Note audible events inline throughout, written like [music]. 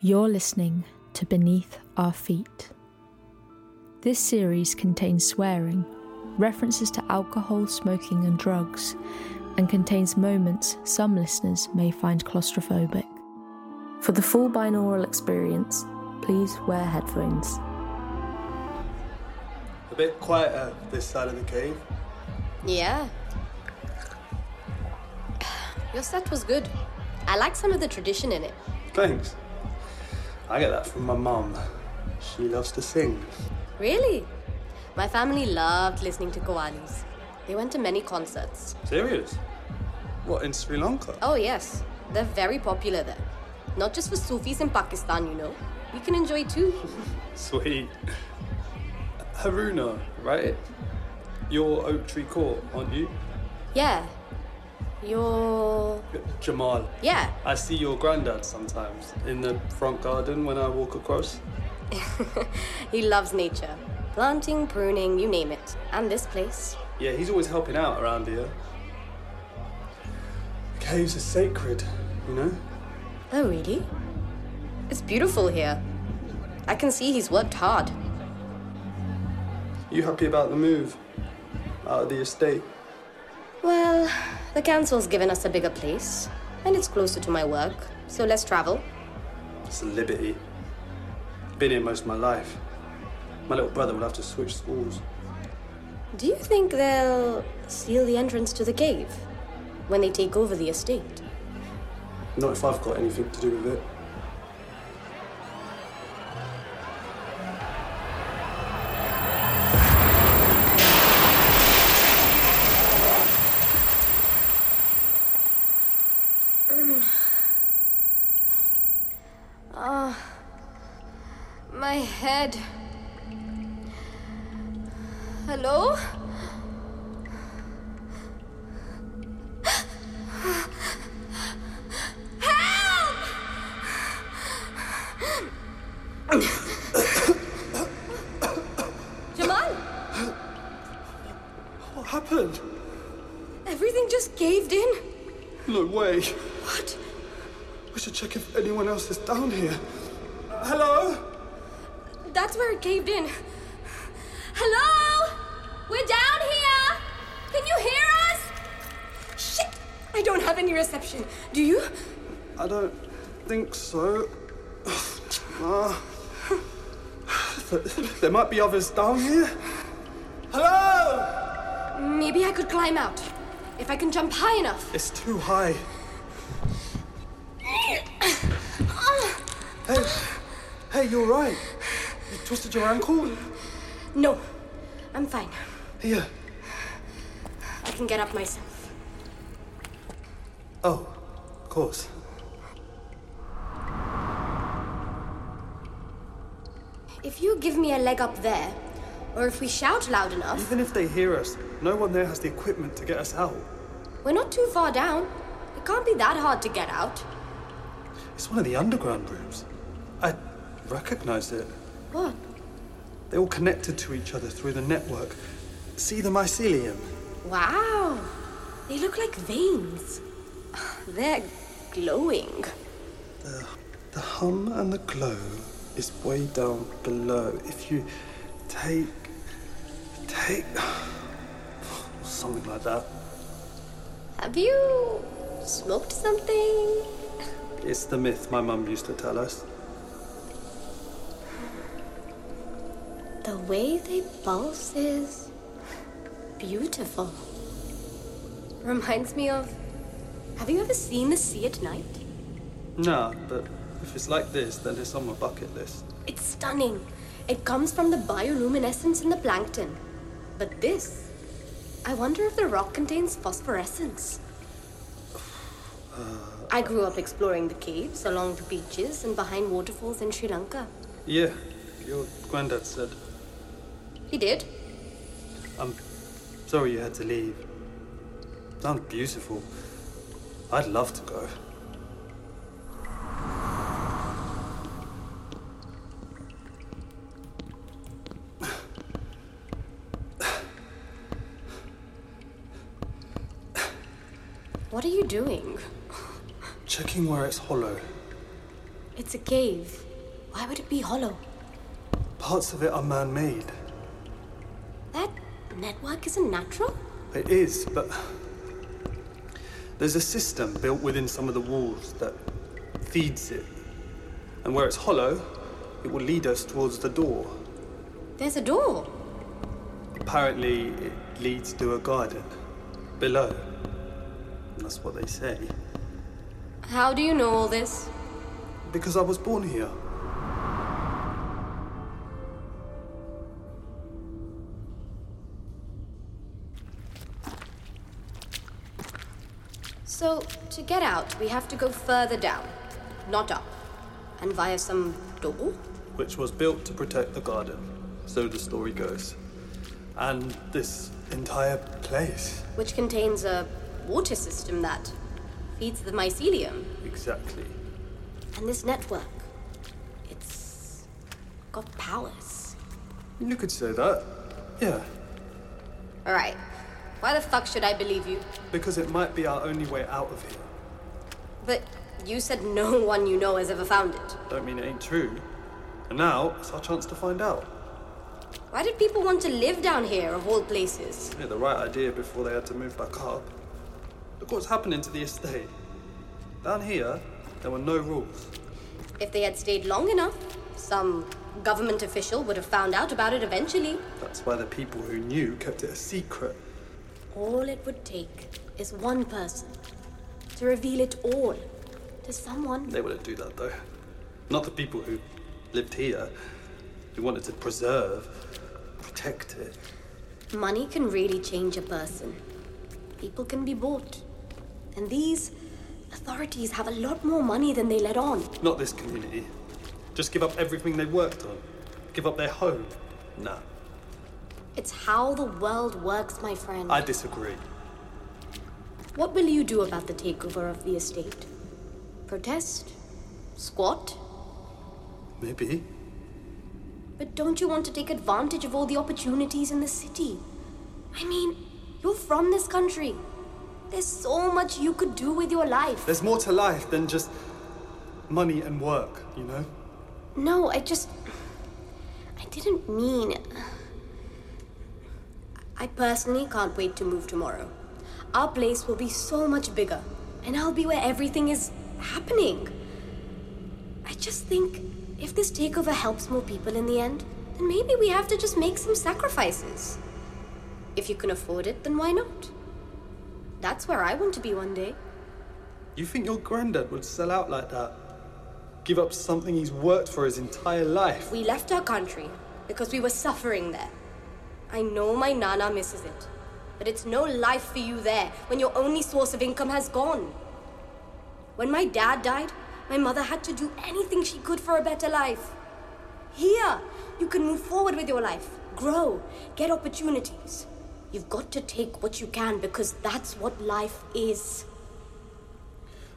You're listening to Beneath Our Feet. This series contains swearing, references to alcohol, smoking, and drugs, and contains moments some listeners may find claustrophobic. For the full binaural experience, please wear headphones. A bit quieter this side of the cave. Yeah. Your set was good. I like some of the tradition in it. Thanks. I get that from my mum. She loves to sing. Really? My family loved listening to koalis. They went to many concerts. Serious? What, in Sri Lanka? Oh, yes. They're very popular there. Not just for Sufis in Pakistan, you know. We can enjoy too. Sweet. [laughs] Haruna, right? You're Oak Tree Court, aren't you? Yeah. You're. Jamal. Yeah. I see your granddad sometimes in the front garden when I walk across. He loves nature. Planting, pruning, you name it. And this place. Yeah, he's always helping out around here. Caves are sacred, you know? Oh, really? It's beautiful here. I can see he's worked hard. You happy about the move? Out of the estate? Well, the council's given us a bigger place, and it's closer to my work, so let's travel. It's a liberty. Been here most of my life. My little brother will have to switch schools. Do you think they'll seal the entrance to the cave when they take over the estate? Not if I've got anything to do with it. My head. Hello? Jamal, What happened? everything just caved in. No way. What? We should check if anyone else is down here. Hello? That's where it caved in. Hello? We're down here! Can you hear us? Shit! I don't have any reception. Do you? I don't think so. [sighs] Ah. [sighs] there might be others down here. Hello? Maybe I could climb out. If I can jump high enough. It's too high. Hey, hey, you're right. You twisted your ankle? No, I'm fine. Here. I can get up myself. Oh, of course. If you give me a leg up there, or if we shout loud enough, Even if they hear us, no one there has the equipment to get us out. we're not too far down. It can't be that hard to get out. It's one of the underground rooms. I recognized it. What? They're all connected to each other through the network. See the mycelium? Wow, they look like veins. [sighs] They're glowing. The, the hum and the glow is way down below. If you take. take. [sighs] something like that. Have you smoked something? It's the myth my mum used to tell us. The way they pulse is beautiful. Reminds me of. Have you ever seen the sea at night? Nah, but if it's like this, then it's on my bucket list. It's stunning. It comes from the bioluminescence in the plankton. But this. I wonder if the rock contains phosphorescence. I grew up exploring the caves along the beaches and behind waterfalls in Sri Lanka. Yeah, your granddad said. He did? I'm sorry you had to leave. Sounds beautiful. I'd love to go. What are you doing? Checking where it's hollow. It's a cave. Why would it be hollow? Parts of it are man made. That network isn't natural? It is, but there's a system built within some of the walls that feeds it. And where it's hollow, it will lead us towards the door. There's a door. Apparently, it leads to a garden below. That's what they say. How do you know all this? Because I was born here. So, to get out, we have to go further down, not up, and via some door? which was built to protect the garden, so the story goes. And this entire place. which contains a water system that feeds the mycelium. Exactly. And this network, it's got powers. You could say that. Yeah, Alright, why the fuck should I believe you? because it might be our only way out of here. But you said no [laughs] one you know has ever found it. Don't mean it ain't true. And now it's our chance to find out. Why did people want to live down here, of all places? We had the right idea before they had to move back up. Look what's happening to the estate. Down here, there were no rules. If they had stayed long enough, some government official would have found out about it eventually. That's why the people who knew kept it a secret. All it would take is one person to reveal it all to someone. They wouldn't do that though. Not the people who lived here, who wanted to preserve, protect it. Money can really change a person. People can be bought. And these authorities have a lot more money than they let on. Not this community. Just give up everything they worked on. Give up their home. Nah, It's how the world works, my friend. I disagree. What will you do about the takeover of the estate? Protest? Squat? Maybe. But don't you want to take advantage of all the opportunities in the city? I mean, you're from this country. There's so much you could do with your life. There's more to life than just money and work, you know? No, I just. I didn't mean. I personally can't wait to move tomorrow. Our place will be so much bigger, and I'll be where everything is happening. I just think if this takeover helps more people in the end, then maybe we have to just make some sacrifices. If you can afford it, then why not? That's where I want to be one day. You think your granddad would sell out like that? Give up something he's worked for his entire life? We left our country because we were suffering there. I know my Nana misses it, but it's no life for you there when your only source of income has gone. When my dad died, my mother had to do anything she could for a better life. Here, you can move forward with your life, grow, get opportunities. You've got to take what you can because that's what life is.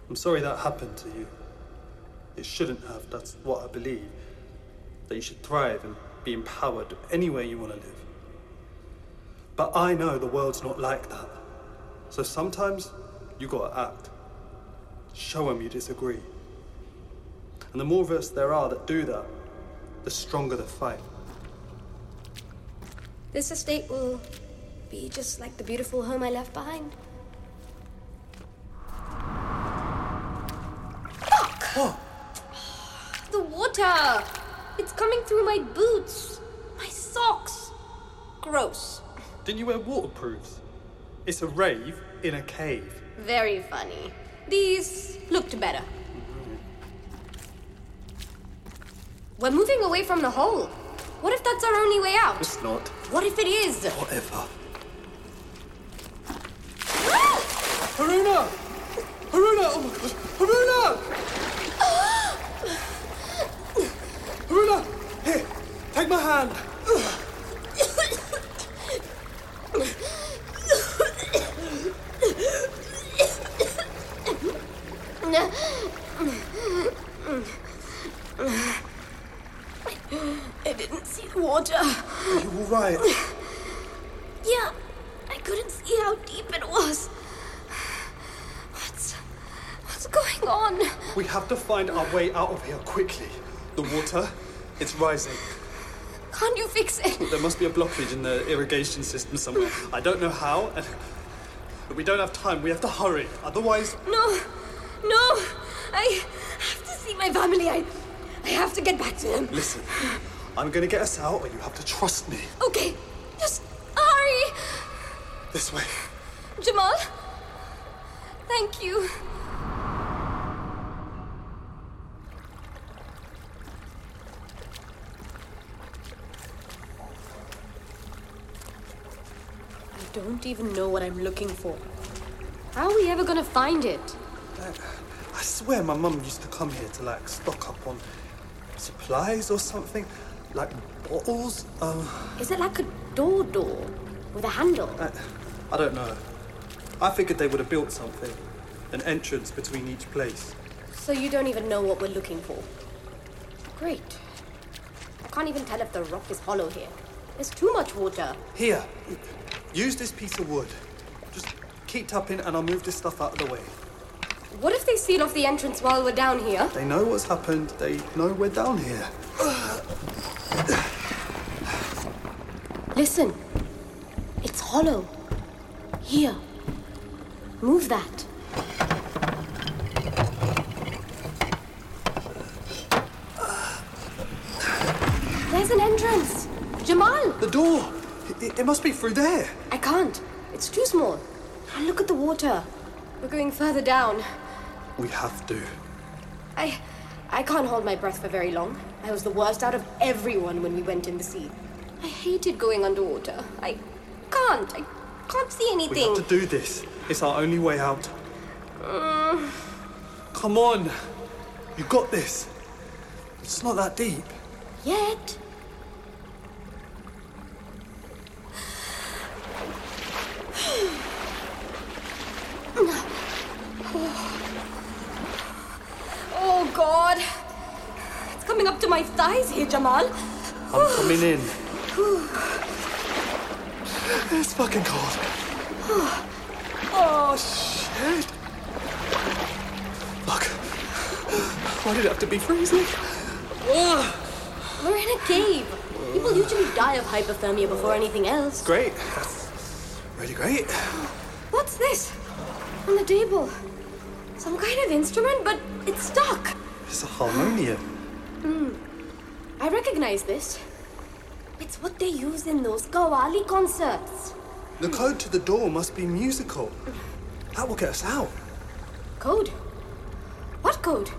I'm sorry that happened to you. It shouldn't have, that's what I believe. That you should thrive and be empowered anywhere you want to live. But I know the world's not like that. So sometimes you gotta act. Show 'em you disagree. And the more of us there are that do that, the stronger the fight. This estate will be just like the beautiful home I left behind. Oh. What? The water! It's coming through my boots! My socks! Gross. Didn't you wear waterproofs? It's a rave in a cave. Very funny. These looked better. We're moving away from the hole. What if that's our only way out? It's not. What if it is? Whatever. Ah! Haruna! Haruna! Oh my gosh! Haruna! Haruna! Here, take my hand. I didn't see the water. Are you all right? Yeah, I couldn't see how deep it was. What's. what's going gone. We have to find our way out of here quickly. The water, it's rising. Can't you fix it? There must be a blockage in the irrigation system somewhere. I don't know how, and but we don't have time. We have to hurry. Otherwise, No. No. I have to see my family. I, I have to get back to them. listen. I'm gonna get us out, and you have to trust me. Okay. Just hurry. This way. Jamal. Thank you. I don't even know what I'm looking for. How are we ever gonna find it? I swear my mum used to come here to like stock up on supplies or something, like bottles. Um, Is it like a door door with a handle? I, I don't know. I figured they would have built something, an entrance between each place. So you don't even know what we're looking for. Great. I can't even tell if the rock is hollow here. There's too much water. Here, use this piece of wood. Just keep tapping, and I'll move this stuff out of the way. What if they seal off the entrance while we're down here? They know what's happened. They know we're down here. Listen. It's hollow. Here. Move that. There's an entrance. Jamal! The door. It, it must be through there. I can't. It's too small. And look at the water. We're going further down. We have to. I I can't hold my breath for very long. I was the worst out of everyone when we went in the sea. I hated going underwater. I can't. I can't see We anything. have to do this. It's our only way out. Come on. You got this. It's not that deep. Yet. [sighs] Oh God! It's coming up to my thighs here, Jamal. I'm coming in. It's fucking cold. Oh shit. Fuck. Why did it have to be freezing? Ugh. We're in a cave. People usually die of hypothermia before anything else. Great. That's really great. What's this? On the table. Some kind of instrument, but it's stuck. It's a harmonium. I recognize this. It's what they use in those Kawali concerts. The code to the door must be musical. That will get us out. Code? What code?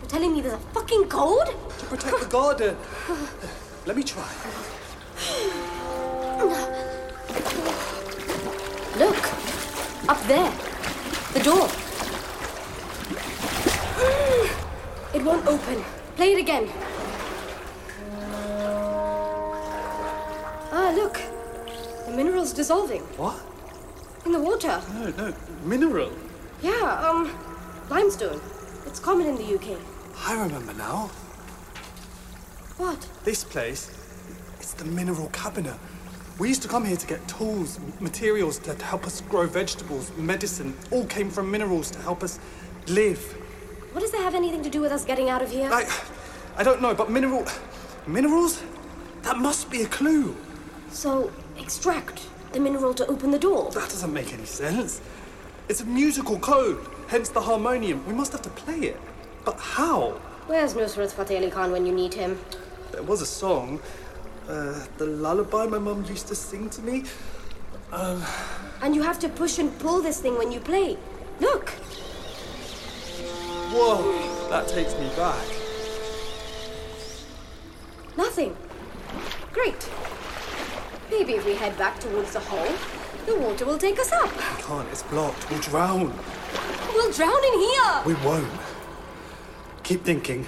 You're telling me there's a fucking code? To protect the garden. Let me try. Look. Up there. The door. It won't open. Play it again. Ah, look. The mineral's dissolving What? in the water. No, no. Mineral. Yeah, um, limestone. It's common in the UK. I remember now. What? This place, it's the mineral cabinet. We used to come here to get tools, materials to help us grow vegetables, medicine, all came from minerals to help us live. What does that have anything to do with us getting out of here? Like, I don't know, but mineral. Minerals? That must be a clue. So, extract the mineral to open the door. That doesn't make any sense. It's a musical code, hence the harmonium. We must have to play it. But how? Where's Nusrat Fateh Ali Khan when you need him? There was a song, uh, the lullaby my mum used to sing to me. And you have to push and pull this thing when you play. Look! Whoa, that takes me back. Nothing. Great. Maybe if we head back towards the hole, the water will take us up. We can't, it's blocked. We'll drown. We'll drown in here! We won't. Keep thinking.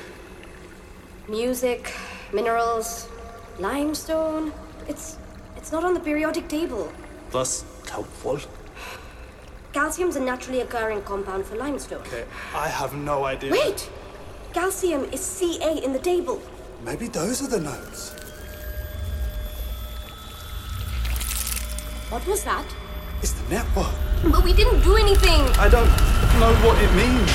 Music, minerals, limestone. It's it's not on the periodic table. That's helpful. Calcium's a naturally occurring compound for limestone. Okay, Eh, I have no idea. Wait! Calcium is Ca in the table. Maybe those are the notes. What was that? It's the network. But we didn't do anything. I don't know what it means.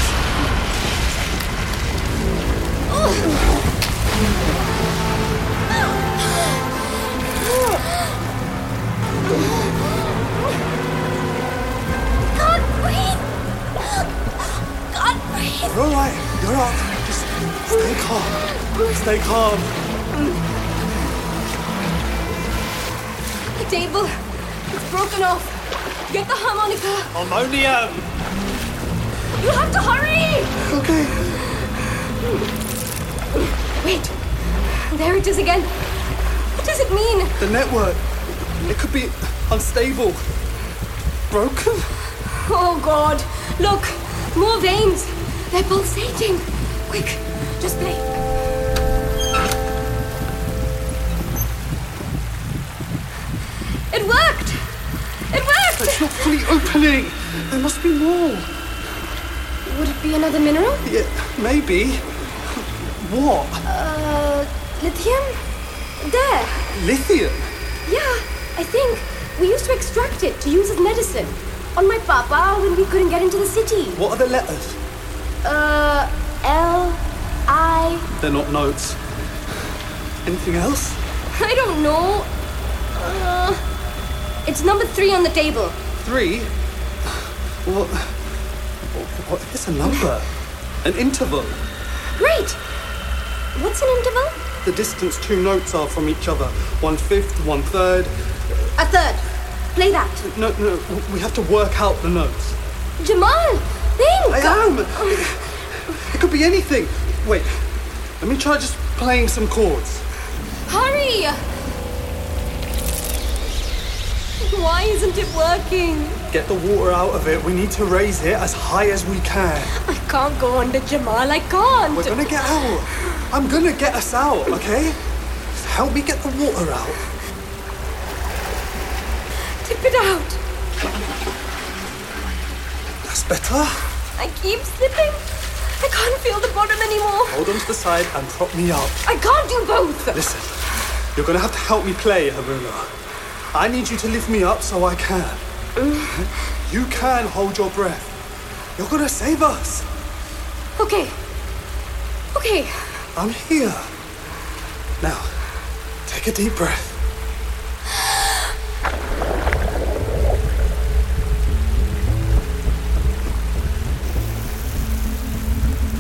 Can't breathe! Can't breathe! You're alright. You're alright. Just stay calm. Stay calm. The table. It's broken off. Get the harmonica. Harmonium. You have to hurry! Okay. Wait. There it is again. What does it mean? The network. It could be unstable. Broken? Oh god. Look. More veins. They're pulsating. Quick. Just play. It worked! It worked! It's not fully opening. There must be more. Would it be another mineral? Yeah, maybe. What? Uh, lithium? There. Lithium? Yeah, I think. We used to extract it to use as medicine. On my papa when we couldn't get into the city. What are the letters? Uh, L, I. They're not notes. Anything else? I don't know. Uh, it's number three on the table. Three? What? What is a number? An interval. Great. What's an interval? The distance two notes are from each other. One fifth, one third. A third. Play that. No, no, we have to work out the notes. Jamal, think. I am! It could be anything. Wait, let me try just playing some chords. Hurry. Why isn't it working? Get the water out of it. We need to raise it as high as we can. I can't go under Jamal. I can't. We're gonna get out. I'm gonna get us out, okay? Help me get the water out. Tip it out. That's better. I keep slipping. I can't feel the bottom anymore. Hold on to the side and prop me up. I can't do both. Listen, you're gonna have to help me play, Haruna. I need you to lift me up so I can. [laughs] You can hold your breath. You're gonna save us. Okay. Okay. I'm here. Now, take a deep breath.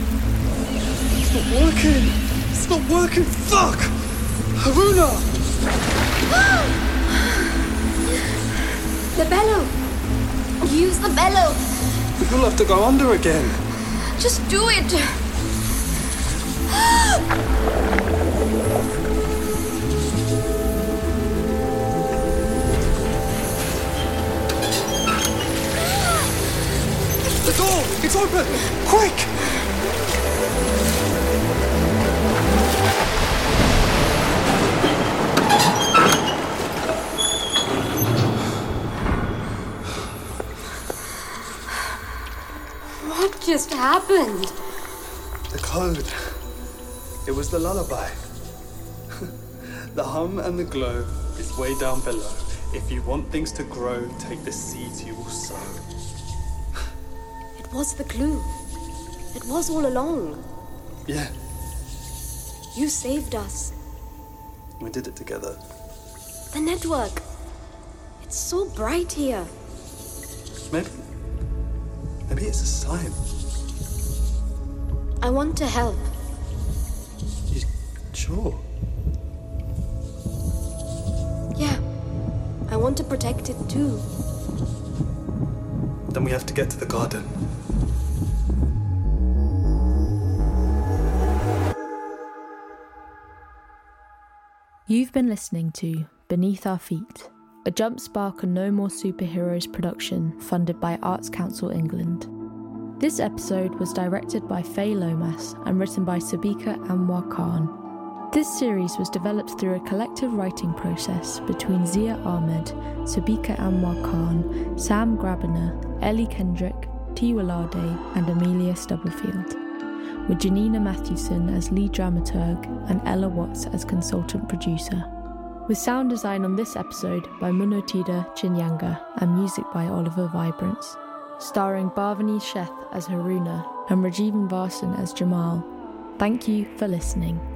It's not working. It's not working. Fuck! Haruna! The bellow. Use the bellow. You'll have to go under again. Just do it. [gasps] The door! It's open! Quick! What just happened? The code. It was the lullaby. [laughs] the hum and the glow is way down below. If you want things to grow, take the seeds you will sow. It was the clue. It was all along. Yeah, You saved us. we did it together. The network. It's so bright here. Maybe. Maybe it's a sign. I want to help. You sure? Yeah. I want to protect it too. Then we have to get to the garden. You've been listening to Beneath Our Feet, a Jump Spark and No More Superheroes production funded by Arts Council England. This episode was directed by Faye Lomas and written by Sabika Anwar Khan. This series was developed through a collective writing process between Zia Ahmed, Sabika Anwar Khan, Sam Grabiner, Ellie Kendrick, Tiwalade, and Amelia Stubblefield with Janina Mathewson as lead dramaturg and Ella Watts as consultant producer. With sound design on this episode by Munotida Chinyanga and music by Oliver Vibrance. Starring Bhavani Sheth as Haruna and Rajivan Varsan as Jamal. Thank you for listening.